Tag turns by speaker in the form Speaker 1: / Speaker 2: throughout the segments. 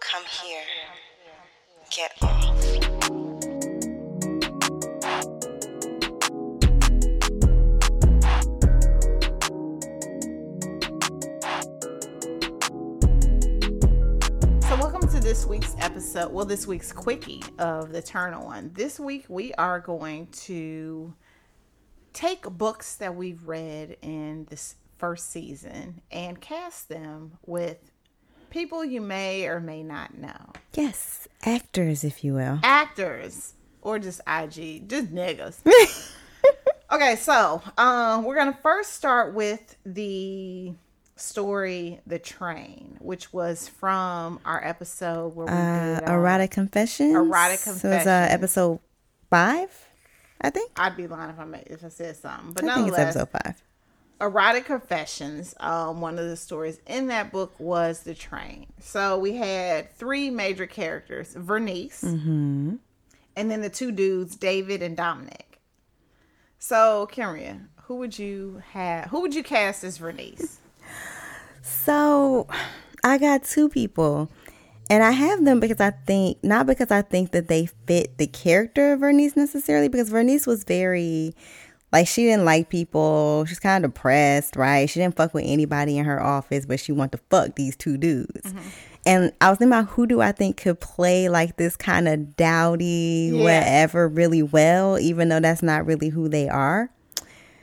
Speaker 1: Come here. Get off.
Speaker 2: So, welcome to this week's episode. Well, this week's quickie of the Turn On. This week, we are going to take books that we've read in this first season and cast them with people you may or may not know
Speaker 3: Yes, actors, if you will.
Speaker 2: actors or just IG, just niggas. okay, so um, we're gonna first start with the story, the train, which was from our episode where we
Speaker 3: Uh,
Speaker 2: did, uh,
Speaker 3: erotic confessions.
Speaker 2: Erotic
Speaker 3: It was uh,
Speaker 2: Confessions.
Speaker 3: episode five, I think.
Speaker 2: I'd be lying if I made, if I said something, but
Speaker 3: I think it's
Speaker 2: nonetheless,
Speaker 3: episode five.
Speaker 2: erotic confessions. Um, one of the stories in that book was the train. So we had three major characters: Vernice,
Speaker 3: Mm-hmm.
Speaker 2: and then the two dudes, David and Dominic. So, Kimria, who would you have? Who would you cast as Vernice?
Speaker 3: So I got two people, and I have them because I think not because I think that they fit the character of Vernice necessarily. Because Vernice was very like she didn't like people. She's kind of depressed, right? She didn't fuck with anybody in her office, but she wanted to fuck these two dudes. And I was thinking about who do I think could play like this kind of dowdy
Speaker 2: Yeah.
Speaker 3: whatever really well, even though that's not really who they are.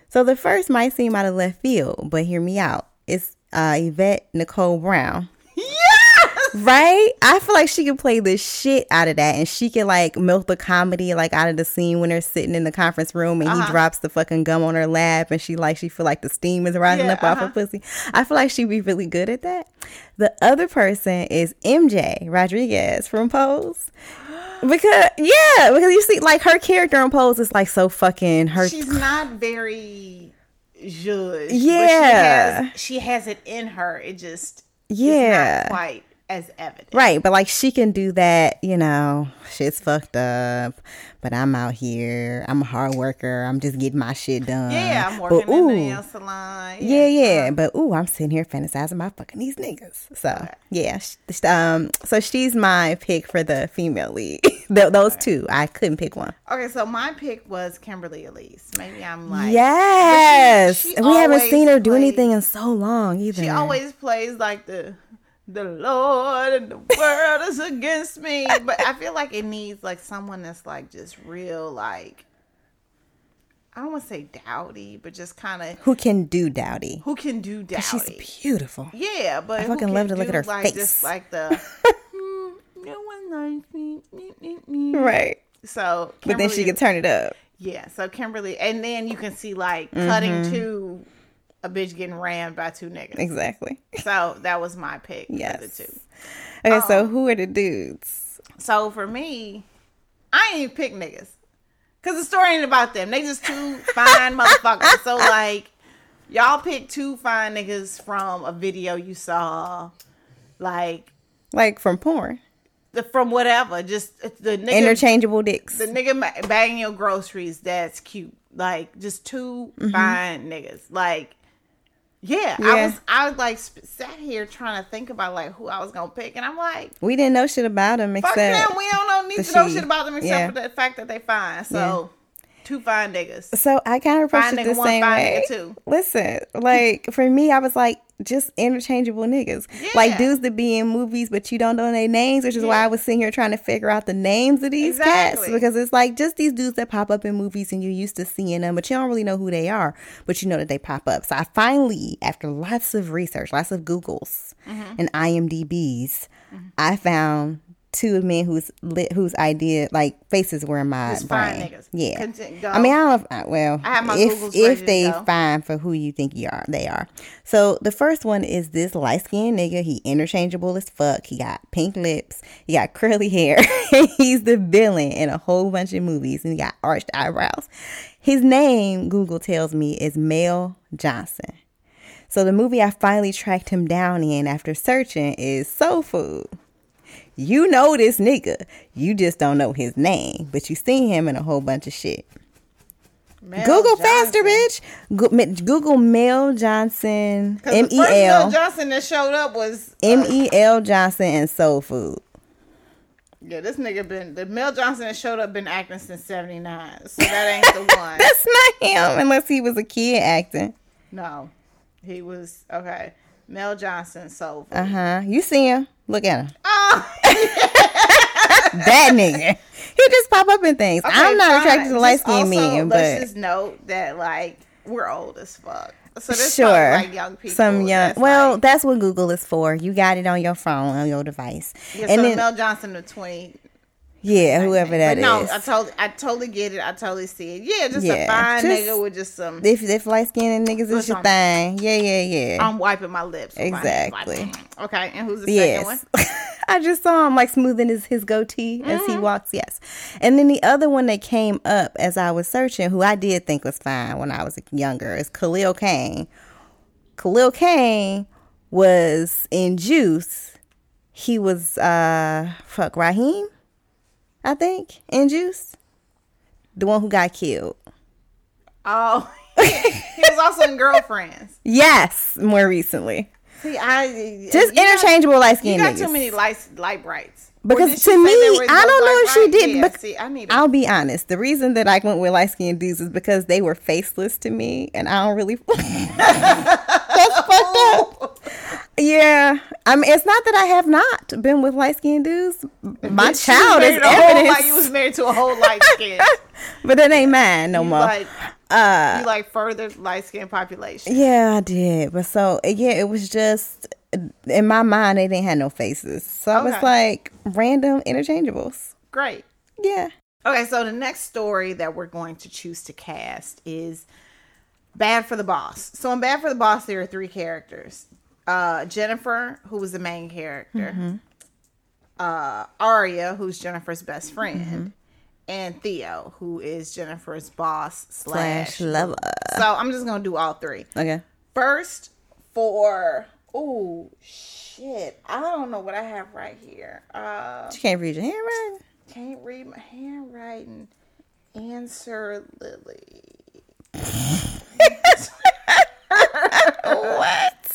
Speaker 3: So the first might seem out of left field, but hear me out. It's uh, Yvette Nicole Brown. Yes! Right? I feel like she could play the shit out of that and she could like milk the comedy like out of the scene when they're sitting in the conference room and
Speaker 2: Uh-huh.
Speaker 3: he drops the fucking gum on her lap and she like she feel like the steam is rising
Speaker 2: Yeah, uh-huh.
Speaker 3: up off her pussy. I feel like she'd be really good at that. The other person is MJ Rodriguez from Pose. Because yeah, because you see like her character on Pose is like so fucking her
Speaker 2: She's not very judge.
Speaker 3: Yeah.
Speaker 2: but she has, she has it in her. It just
Speaker 3: Yeah.
Speaker 2: is not quite as evident.
Speaker 3: Right, but like she can do that, you know, shit's fucked up, but I'm out here. I'm a hard worker. I'm just getting my shit done.
Speaker 2: Yeah, I'm
Speaker 3: Uh-huh. But,
Speaker 2: working in the
Speaker 3: ooh,
Speaker 2: nail salon. Uh-huh.
Speaker 3: Yeah, yeah, but ooh, I'm sitting here fantasizing about fucking these niggas. So yeah, sh- sh- um, so she's my pick for the female lead. Th- those two, I couldn't pick one.
Speaker 2: Okay, so my pick was Kimberly Elise. Maybe I'm like
Speaker 3: yes,
Speaker 2: she
Speaker 3: we haven't
Speaker 2: always
Speaker 3: seen her do
Speaker 2: plays-
Speaker 3: anything in so long either.
Speaker 2: she always plays like the the Lord and the world is against me. But I feel like it needs like someone that's like just real like I don't want to say dowdy, but just kind of
Speaker 3: who can do dowdy?
Speaker 2: who can do dowdy.
Speaker 3: She's beautiful.
Speaker 2: Yeah, but I
Speaker 3: fucking love to look at her
Speaker 2: like, Just
Speaker 3: face.
Speaker 2: like the "Mm, no one likes me. mm, mm, mm."
Speaker 3: Right,
Speaker 2: So,
Speaker 3: but then
Speaker 2: Kimberly-
Speaker 3: she can turn it up.
Speaker 2: Yeah, so Kimberly, and then you can see like cutting to a bitch getting rammed by two niggas.
Speaker 3: Exactly.
Speaker 2: So that was my pick. Yeah,
Speaker 3: Yes.
Speaker 2: the two.
Speaker 3: Okay,
Speaker 2: Um,
Speaker 3: so who are the dudes?
Speaker 2: So for me, I ain't even pick niggas because the story ain't about them. They just two fine motherfuckers. So like, y'all pick two fine niggas from a video you saw, like
Speaker 3: Like from porn.
Speaker 2: the, from whatever. Just the nigga,
Speaker 3: Interchangeable dicks.
Speaker 2: the nigga ma- bagging your groceries. That's cute. Like just 2 fine niggas. Like. Yeah, I
Speaker 3: Mm-hmm. Yeah.
Speaker 2: was I was like sp- sat here trying to think about like who I was gonna pick, and I'm like,
Speaker 3: We didn't know shit about them
Speaker 2: Fuck
Speaker 3: except.
Speaker 2: them. We don't know need
Speaker 3: the
Speaker 2: to know
Speaker 3: she.
Speaker 2: shit about them except
Speaker 3: Yeah.
Speaker 2: for the fact that they fine. So two fine niggas.
Speaker 3: So I kind of approached
Speaker 2: Fine
Speaker 3: it
Speaker 2: nigga
Speaker 3: the
Speaker 2: one,
Speaker 3: same
Speaker 2: fine
Speaker 3: way.
Speaker 2: nigga two.
Speaker 3: Listen, like for me, I was like just interchangeable niggas, like
Speaker 2: Yeah.
Speaker 3: dudes that be in movies, but you don't know their names, which is why I was sitting here trying to figure out the names of these cats
Speaker 2: Exactly.
Speaker 3: because it's like just these dudes that pop up in movies and you're used to seeing them, but you don't really know who they are, but you know that they pop up. So I finally, after lots of research, lots of Googles
Speaker 2: Mm-hmm.
Speaker 3: and IMDb's, I found two men whose lit, whose idea like faces were in my
Speaker 2: Who's fine
Speaker 3: brain.
Speaker 2: niggas.
Speaker 3: Yeah,
Speaker 2: Content-
Speaker 3: I mean I don't. uh, Well,
Speaker 2: I have my
Speaker 3: if
Speaker 2: Googles ready to
Speaker 3: if they
Speaker 2: go.
Speaker 3: fine for who you think you are, they are. So the first one is this light skinned nigga. He interchangeable as fuck. He got pink lips. He got curly hair. He's the villain in a whole bunch of movies, and he got arched eyebrows. His name, Google tells me, is Mel Johnson. So the movie I finally tracked him down in after searching is Soul Food. You know this nigga. You just don't know his name, but you seen him in a whole bunch of shit.
Speaker 2: Mel
Speaker 3: Google
Speaker 2: Johnson.
Speaker 3: faster, bitch. Go- m- Google Mel Johnson,
Speaker 2: 'Cause
Speaker 3: M
Speaker 2: the
Speaker 3: E
Speaker 2: first Mel
Speaker 3: L,
Speaker 2: Johnson that showed up was uh,
Speaker 3: M E L Johnson, and Soul Food.
Speaker 2: yeah. This nigga been the Mel Johnson that showed up been acting since '79, so that ain't the one.
Speaker 3: That's not him unless he was a kid acting.
Speaker 2: No, he was okay. Mel Johnson sold.
Speaker 3: Uh huh. You see him? Look at him.
Speaker 2: Oh,
Speaker 3: That nigga. He just pop up in things. I'm not attracted to light skinned men,
Speaker 2: let's
Speaker 3: but
Speaker 2: just note that like we're old as fuck. So this
Speaker 3: sure,
Speaker 2: sure, like young people.
Speaker 3: some young.
Speaker 2: that's,
Speaker 3: Well,
Speaker 2: like-
Speaker 3: that's what Google is for. You got it on your phone, on your device,
Speaker 2: yeah,
Speaker 3: and
Speaker 2: so
Speaker 3: then
Speaker 2: Mel Johnson the twenty.
Speaker 3: yeah, whoever that
Speaker 2: But
Speaker 3: is.
Speaker 2: no, uh, I totally, I totally get it. I totally see it. Yeah, just
Speaker 3: Yeah,
Speaker 2: a fine
Speaker 3: just-
Speaker 2: nigga with just some.
Speaker 3: if if light skinned niggas is
Speaker 2: Listen.
Speaker 3: your thing, yeah, yeah, yeah.
Speaker 2: I'm wiping my lips. with my hands, like,
Speaker 3: Exactly.
Speaker 2: okay, and who's the second one?
Speaker 3: Yes. I just saw him like smoothing his, his goatee as
Speaker 2: Mm-hmm.
Speaker 3: he walks. Yes. And then the other one that came up as I was searching, who I did think was fine when I was younger, is Khalil Kane. Khalil Kane was in Juice. He was, uh, fuck, Raheem, I think, in Juice. The one who got killed.
Speaker 2: Oh, he was also in Girlfriends.
Speaker 3: Yes, more recently.
Speaker 2: See, I
Speaker 3: Just
Speaker 2: you got-
Speaker 3: interchangeable light
Speaker 2: You
Speaker 3: skin
Speaker 2: got
Speaker 3: niggas.
Speaker 2: too many lights, light brights. Or
Speaker 3: Because
Speaker 2: did she
Speaker 3: to
Speaker 2: say
Speaker 3: me,
Speaker 2: there was
Speaker 3: I
Speaker 2: no
Speaker 3: don't know
Speaker 2: light
Speaker 3: if she
Speaker 2: bright?
Speaker 3: did,
Speaker 2: Yeah,
Speaker 3: bec-
Speaker 2: see, I need.
Speaker 3: I'll be honest. The reason that I went with light skinned dudes is because they were faceless to me, and I don't really. That's fucked up. Yeah, I mean, it's not that I have not been with light skinned dudes. My
Speaker 2: Bitch, you
Speaker 3: child is
Speaker 2: married a whole light- You
Speaker 3: evidence,
Speaker 2: was married to a whole light skin.
Speaker 3: but that ain't mine no
Speaker 2: You
Speaker 3: more.
Speaker 2: like, you like further light skin population.
Speaker 3: yeah, I did, but so yeah, it was just in my mind they didn't have no faces, so I was
Speaker 2: Okay.
Speaker 3: like random interchangeables.
Speaker 2: Great.
Speaker 3: Yeah.
Speaker 2: Okay, so the next story that we're going to choose to cast is Bad for the Boss. So in Bad for the Boss, there are three characters. Uh, Jennifer, who was the main character, uh, Aria, who's Jennifer's best friend, and Theo, who is Jennifer's boss slash.
Speaker 3: Slash lover.
Speaker 2: So I'm just gonna do all three.
Speaker 3: Okay.
Speaker 2: First for oh shit, I don't know what I have right here. Uh,
Speaker 3: You can't read your handwriting.
Speaker 2: can't read my handwriting. Answer Lily.
Speaker 3: What?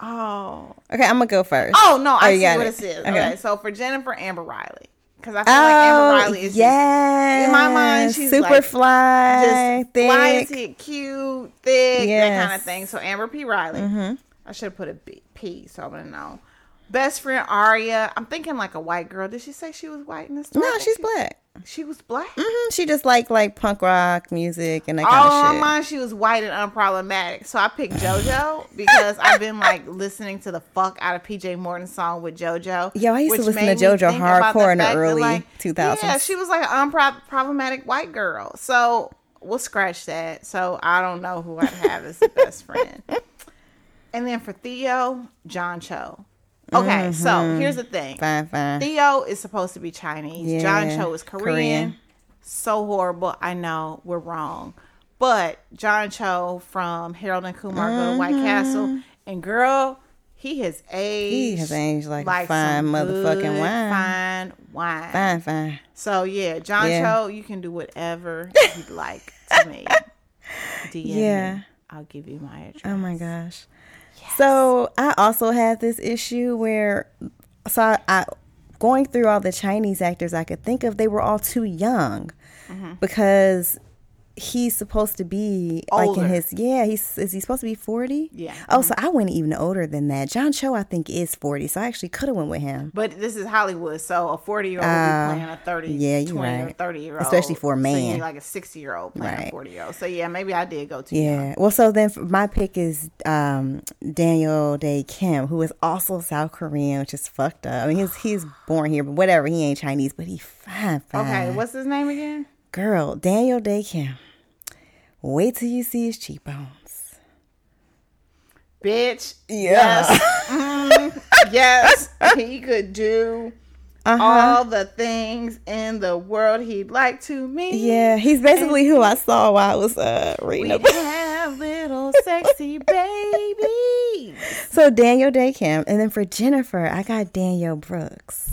Speaker 2: Oh.
Speaker 3: Okay, I'm gonna go first.
Speaker 2: Oh no, I
Speaker 3: you
Speaker 2: see
Speaker 3: got
Speaker 2: what
Speaker 3: it.
Speaker 2: it says.
Speaker 3: Okay.
Speaker 2: Okay. so for Jennifer Amber Riley. Because I feel like Amber Riley is
Speaker 3: Oh, yes.
Speaker 2: in my mind, she's
Speaker 3: super
Speaker 2: like,
Speaker 3: fly,
Speaker 2: just, just
Speaker 3: thick.
Speaker 2: flying to cute, thick, that kind
Speaker 3: Yes. Mm-hmm.
Speaker 2: of thing. So Amber P. Riley. I should have put a B, P so I would have known. Best friend Aria. I'm thinking like a white girl. Did she say she was white in this story?
Speaker 3: no, she's black.
Speaker 2: She was black.
Speaker 3: hmm She just like like punk rock music and that kind
Speaker 2: Oh,
Speaker 3: of
Speaker 2: my
Speaker 3: shit.
Speaker 2: mind, she was white and unproblematic. So I picked JoJo because I've been like listening to the fuck out of PJ Morton's song with JoJo.
Speaker 3: Yo, I used to
Speaker 2: which
Speaker 3: listen to
Speaker 2: made me
Speaker 3: JoJo
Speaker 2: think about
Speaker 3: hardcore in the
Speaker 2: fact that,
Speaker 3: early
Speaker 2: like,
Speaker 3: 2000s.
Speaker 2: Yeah, she was like an unproblematic white girl. So we'll scratch that. So I don't know who I'd have as the best friend. And then for Theo, John Cho. Okay, so
Speaker 3: Mm-hmm.
Speaker 2: here's the thing.
Speaker 3: Fine, fine.
Speaker 2: Theo is supposed to be Chinese. John
Speaker 3: Yeah,
Speaker 2: Cho is Korean.
Speaker 3: Korean.
Speaker 2: So horrible. I know we're wrong. But John Cho from Harold and Kumar Go to White
Speaker 3: Uh-huh.
Speaker 2: Castle. And girl, he has aged.
Speaker 3: He has aged like a fine
Speaker 2: some
Speaker 3: motherfucking
Speaker 2: good,
Speaker 3: wine.
Speaker 2: Fine wine.
Speaker 3: Fine, fine.
Speaker 2: So yeah, John
Speaker 3: Yeah.
Speaker 2: Cho, you can do whatever you'd like to me. DM
Speaker 3: Yeah.
Speaker 2: me. I'll give you my address.
Speaker 3: Oh my gosh. So I also had this issue where, so I, I going through all the Chinese actors I could think of, they were all too young
Speaker 2: Mm-hmm.
Speaker 3: because he's supposed to be like
Speaker 2: Older.
Speaker 3: in his yeah he's is he supposed to be 40
Speaker 2: Yeah. Mm-hmm.
Speaker 3: oh so i went even older than that john cho i think is 40 so i actually could have went with him
Speaker 2: But this is Hollywood, so a forty year old
Speaker 3: Ah,
Speaker 2: will be playing a thirty,
Speaker 3: yeah,
Speaker 2: yeah,
Speaker 3: you're
Speaker 2: twenty or
Speaker 3: right.
Speaker 2: thirty year old,
Speaker 3: Especially for a
Speaker 2: So you
Speaker 3: man.
Speaker 2: need like a sixty year old playing
Speaker 3: Right.
Speaker 2: a forty year old. So yeah, maybe I did go to
Speaker 3: yeah well so then f- my pick is um daniel day kim who is also south korean which is fucked up i mean he's he's born here but whatever he ain't chinese but he fine, fine.
Speaker 2: Okay, what's his name again?
Speaker 3: Girl, Daniel Day Kim. Wait till you see his cheekbones.
Speaker 2: Bitch.
Speaker 3: Yeah.
Speaker 2: Yes, he could do
Speaker 3: Uh-huh.
Speaker 2: all the things in the world he'd like to me.
Speaker 3: Yeah, he's basically who I saw while I was uh, reading
Speaker 2: We
Speaker 3: about.
Speaker 2: have little sexy baby.
Speaker 3: So Daniel Day Kim, and then for Jennifer, I got Daniel Brooks.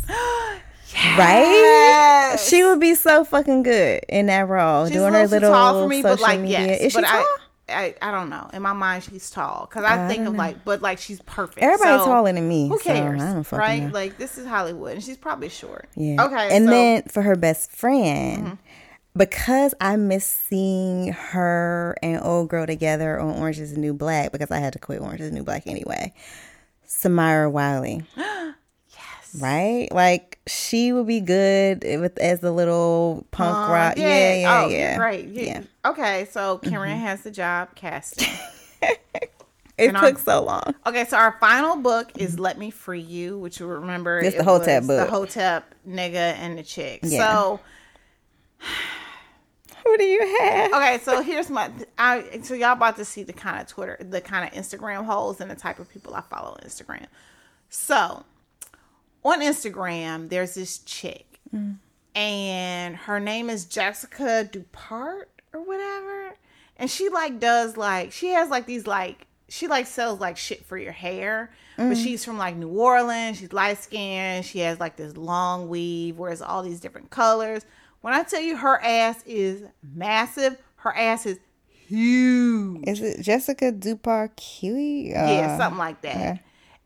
Speaker 3: Right? She would be so fucking good in that role,
Speaker 2: She's
Speaker 3: doing
Speaker 2: a
Speaker 3: her
Speaker 2: little too
Speaker 3: little
Speaker 2: tall for me, but
Speaker 3: social
Speaker 2: like
Speaker 3: media.
Speaker 2: yes,
Speaker 3: Is she
Speaker 2: but
Speaker 3: tall?
Speaker 2: I, I I don't know. In my mind, she's tall because I, think of like, but like she's perfect.
Speaker 3: Everybody's
Speaker 2: So,
Speaker 3: taller than me.
Speaker 2: Who
Speaker 3: so I
Speaker 2: cares,
Speaker 3: don't fucking
Speaker 2: right?
Speaker 3: know.
Speaker 2: Like this is Hollywood, and she's probably short.
Speaker 3: Yeah.
Speaker 2: Okay.
Speaker 3: And
Speaker 2: so- Mm-hmm.
Speaker 3: then for her best friend, because I miss seeing her and old girl together on Orange is the New Black because I had to quit Orange is the New Black anyway. Samira Wiley. yes. Right? Like she would be good with as the little punk rock. Yeah, yeah, yeah.
Speaker 2: um,
Speaker 3: Mm-hmm.
Speaker 2: oh, you're Right. Yeah. Okay. So Cameron has the job casting.
Speaker 3: It
Speaker 2: And I'm-
Speaker 3: took so long.
Speaker 2: Okay, so our final book is "Let Me Free You," which you remember
Speaker 3: It's
Speaker 2: it
Speaker 3: the Hotep
Speaker 2: was
Speaker 3: book.
Speaker 2: the Hotep nigga and the chick.
Speaker 3: Yeah.
Speaker 2: So
Speaker 3: Who do you have?
Speaker 2: okay, so here's my I so y'all about to see the kind of Twitter, the kind of Instagram holes and the type of people I follow on Instagram. So on Instagram, there's this chick, and her name is Jessica Dupart or whatever. And she like does like she has like these like she like sells like shit for your hair. But she's from like New Orleans. She's light skinned. She has like this long weave, wears all these different colors. When I tell you her ass is massive, her ass is huge.
Speaker 3: Is it Jessica Dupar Uh, Kiwi?
Speaker 2: Yeah, something like that.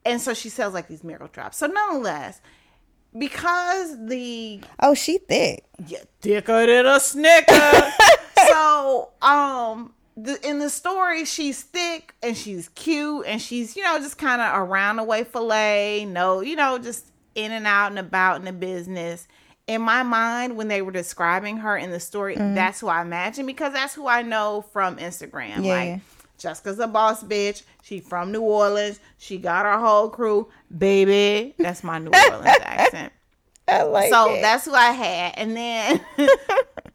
Speaker 2: And so she sells like these miracle drops. So nonetheless, because the
Speaker 3: Oh, she thick.
Speaker 2: yeah, thicker than a snicker. so um the, in the story she's thick and she's cute and she's you know just kind of around the way fillet no you know just in and out and about in the business in my mind when they were describing her in the story that's who i imagine because that's who i know from instagram
Speaker 3: Yeah,
Speaker 2: like
Speaker 3: yeah.
Speaker 2: jessica's a boss bitch she from new orleans she got her whole crew baby that's my new orleans accent
Speaker 3: I like
Speaker 2: so
Speaker 3: it.
Speaker 2: that's what I had. And then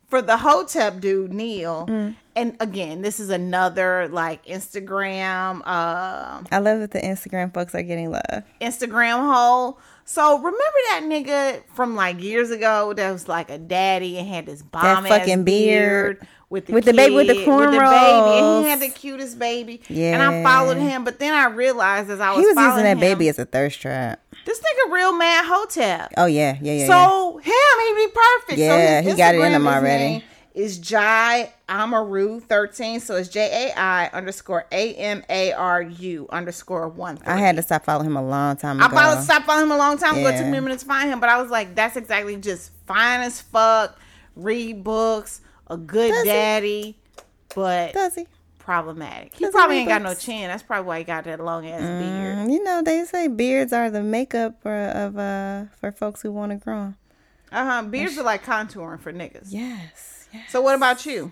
Speaker 2: for the Hotep dude, Neil,
Speaker 3: Mm-hmm.
Speaker 2: and again, this is another like Instagram, uh,
Speaker 3: I love that the Instagram folks are getting love.
Speaker 2: Instagram hole. So remember that nigga from like years ago that was like a daddy and had this bomb
Speaker 3: fucking
Speaker 2: ass beard.
Speaker 3: beard.
Speaker 2: With the,
Speaker 3: With the baby- with the
Speaker 2: kid, with the baby, and
Speaker 3: cornrows.
Speaker 2: he had the cutest baby. and I followed
Speaker 3: Yeah.
Speaker 2: him, but then I realized as I was,
Speaker 3: He was
Speaker 2: following
Speaker 3: using that
Speaker 2: him,
Speaker 3: baby as a thirst trap.
Speaker 2: This nigga real mad Hotep.
Speaker 3: Oh yeah, yeah, yeah. yeah.
Speaker 2: So him, he'd be perfect.
Speaker 3: Yeah,
Speaker 2: so his
Speaker 3: he got it in
Speaker 2: Instagram,
Speaker 3: him
Speaker 2: his
Speaker 3: already.
Speaker 2: name Is Jai Amaru thirteen? So it's J A I underscore A M A R U underscore one.
Speaker 3: I had to stop following him a long time ago.
Speaker 2: I followed, stopped following him a long time ago. It took
Speaker 3: Yeah.
Speaker 2: me a minute to find him, but I was like, that's exactly just fine as fuck. Read books, a good
Speaker 3: Does he?
Speaker 2: daddy, but
Speaker 3: Does he?
Speaker 2: problematic. He
Speaker 3: does he
Speaker 2: probably
Speaker 3: read
Speaker 2: ain't got no
Speaker 3: books?
Speaker 2: chin. That's probably why he got that long ass beard.
Speaker 3: Mm, You know they say beards are the makeup for, of uh for folks who want to grow. 'em.
Speaker 2: Uh huh. Beards are like contouring for niggas.
Speaker 3: Yes. yes.
Speaker 2: So what about you?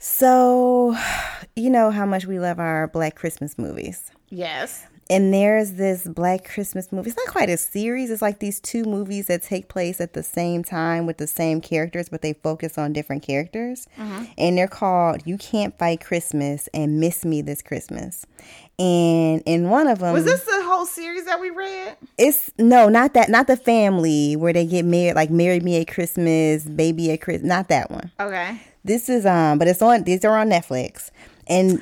Speaker 3: So, you know how much we love our Black Christmas movies.
Speaker 2: Yes.
Speaker 3: and there's this Black Christmas movie. It's not quite a series. It's like these two movies that take place at the same time with the same characters, but they focus on different characters.
Speaker 2: Uh-huh.
Speaker 3: And they're called "You Can't Fight Christmas" and "Miss Me This Christmas." And in one of them,
Speaker 2: Was this the whole series that we read?
Speaker 3: it's no, not that, not the family where they get married, like "Marry Me at Christmas," "Baby at Christmas," not that one.
Speaker 2: Okay.
Speaker 3: This is um, but it's on. These are on Netflix, and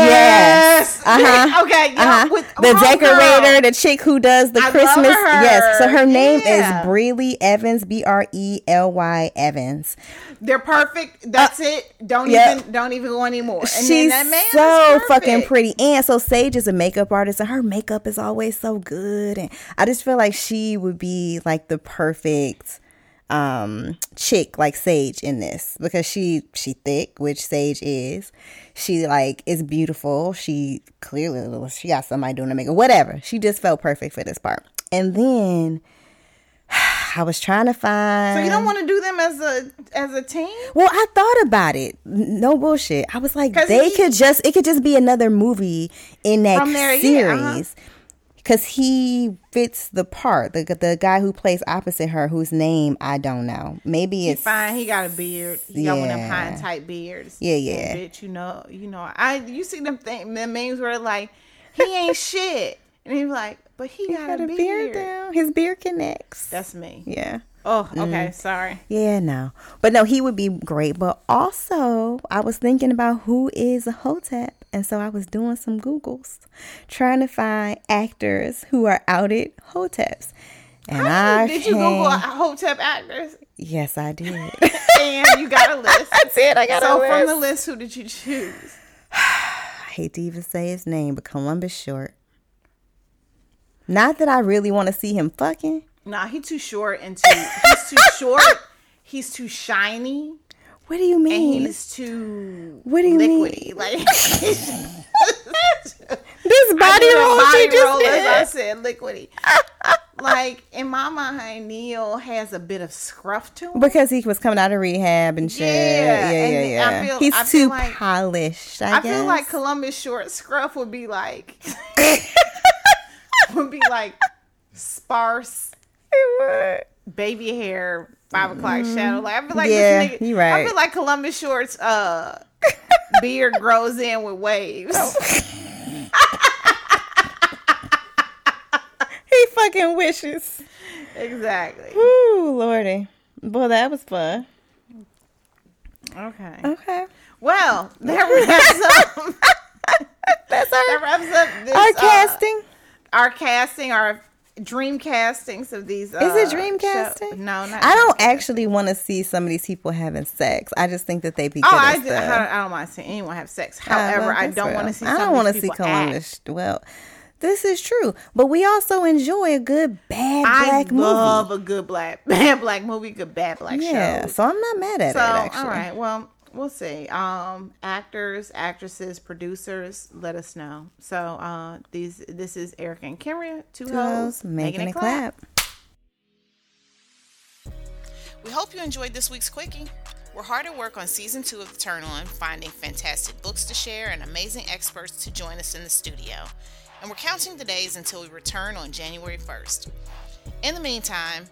Speaker 2: Yes.
Speaker 3: Uh-huh.
Speaker 2: Okay, yeah,
Speaker 3: Uh-huh.
Speaker 2: with-
Speaker 3: the
Speaker 2: homegirl.
Speaker 3: decorator, the chick who does the
Speaker 2: I love
Speaker 3: Christmas.
Speaker 2: her.
Speaker 3: Yes. So her name
Speaker 2: Yeah.
Speaker 3: is Breely Evans, B R E L Y Evans.
Speaker 2: They're perfect. That's it. Don't
Speaker 3: yeah.
Speaker 2: even don't even go anymore. And then
Speaker 3: Uh, She's
Speaker 2: that man
Speaker 3: so
Speaker 2: is
Speaker 3: fucking
Speaker 2: perfect.
Speaker 3: pretty. And so Sage is a makeup artist and her makeup is always so good. And I just feel like she would be like the perfect um chick like Sage in this because she she thick, which Sage is. She like is beautiful. She clearly she got somebody doing her makeup. Whatever. She just felt perfect for this part. And then I was trying to find
Speaker 2: So you don't want to do them as a as a team?
Speaker 3: well, I thought about it. N- No bullshit. I was like,
Speaker 2: 'Cause
Speaker 3: they
Speaker 2: he-
Speaker 3: could just it could just be another movie in that
Speaker 2: From there, yeah, uh-huh.
Speaker 3: series. Cause he fits the part, the the guy who plays opposite her, whose name I don't know. Maybe it's
Speaker 2: Fine, he got a beard. He got one of them high and
Speaker 3: Yeah.
Speaker 2: tight beards.
Speaker 3: Yeah, yeah.
Speaker 2: And bitch, you know, you know. I you see them thing them memes where they're like, he ain't shit, and he's like, but he, got,
Speaker 3: got
Speaker 2: a beard.
Speaker 3: down. His beard connects.
Speaker 2: That's me.
Speaker 3: yeah. Mm-hmm.
Speaker 2: Oh, okay. Sorry.
Speaker 3: Yeah, no. But no, he would be great. But also, I was thinking about who is a Hotep. And so I was doing some Googles trying to find actors who are outed Hoteps. And I
Speaker 2: Did you
Speaker 3: can-
Speaker 2: Google Hotep actors?
Speaker 3: Yes, I did.
Speaker 2: And you got a list.
Speaker 3: That's it. I got
Speaker 2: so
Speaker 3: a
Speaker 2: from the list,
Speaker 3: list.
Speaker 2: who did you choose?
Speaker 3: I hate to even say his name, but Columbus Short. Not that I really want to see him fucking.
Speaker 2: Nah, he too short and too. He's too short. He's too shiny.
Speaker 3: What do you
Speaker 2: And
Speaker 3: mean?
Speaker 2: he's too.
Speaker 3: What do you
Speaker 2: liquidy.
Speaker 3: mean?
Speaker 2: Like
Speaker 3: This body
Speaker 2: did a
Speaker 3: roll
Speaker 2: body
Speaker 3: she just
Speaker 2: roll, as I
Speaker 3: did.
Speaker 2: said, liquidy. like in my mind, Neil has a bit of scruff to him.
Speaker 3: Because he was coming out of rehab and shit.
Speaker 2: Yeah,
Speaker 3: Yeah, yeah,
Speaker 2: and
Speaker 3: yeah.
Speaker 2: I feel-
Speaker 3: He's
Speaker 2: I feel
Speaker 3: too
Speaker 2: like-
Speaker 3: polished. I,
Speaker 2: I feel
Speaker 3: guess.
Speaker 2: like Columbus short scruff would be like would be like sparse
Speaker 3: It
Speaker 2: baby hair, five o'clock shadow. Like I feel like
Speaker 3: Mm-hmm. Yeah,
Speaker 2: this nigga,
Speaker 3: you right.
Speaker 2: I feel like Columbus Short's uh beard grows in with waves.
Speaker 3: Oh. would. He fucking wishes.
Speaker 2: exactly.
Speaker 3: Ooh, lordy. Boy, that was fun.
Speaker 2: Okay.
Speaker 3: Okay.
Speaker 2: Well, that wraps up.
Speaker 3: That's our,
Speaker 2: That wraps up this,
Speaker 3: our
Speaker 2: uh,
Speaker 3: casting.
Speaker 2: our casting, our dream castings of these. Uh,
Speaker 3: Is it dream
Speaker 2: show-
Speaker 3: casting?
Speaker 2: No, not
Speaker 3: I don't actually want to see some of these people having sex. I just think that they be good
Speaker 2: Oh,
Speaker 3: at
Speaker 2: I, d-
Speaker 3: stuff.
Speaker 2: I don't- I don't mind seeing anyone have sex.
Speaker 3: Uh, well,
Speaker 2: However, I
Speaker 3: that's
Speaker 2: don't want
Speaker 3: real.
Speaker 2: to see.
Speaker 3: I don't
Speaker 2: want
Speaker 3: wanna
Speaker 2: to
Speaker 3: see Columbus. Well, this is true, but we also enjoy a good bad
Speaker 2: I
Speaker 3: black
Speaker 2: love a good black bad black movie, good bad black
Speaker 3: movie.
Speaker 2: show.
Speaker 3: Yeah, so I'm not mad at
Speaker 2: So,
Speaker 3: it. Actually,
Speaker 2: all right. Well, we'll see. Um, actors, actresses, producers, let us know. So, uh, these this is Eric and Kimria, two,
Speaker 3: Two
Speaker 2: hoes
Speaker 3: hoes making it clap.
Speaker 2: We hope you enjoyed this week's quickie. We're hard at work on season two of the Turn On, finding fantastic books to share and amazing experts to join us in the studio. And we're counting the days until we return on January 1st. In the meantime,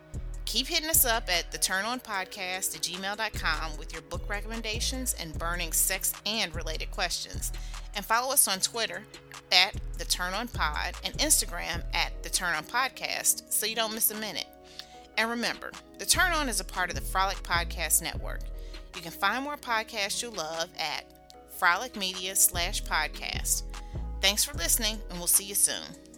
Speaker 2: keep hitting us up at the Turn On Podcast at gmail.com with your book recommendations and burning sex and related questions. And follow us on Twitter at the Turn On Pod and Instagram at the Turn On Podcast so you don't miss a minute. And remember, the Turn On is a part of the Frolic Podcast Network. You can find more podcasts you love at frolicmedia slash podcast. Thanks for listening, and we'll see you soon.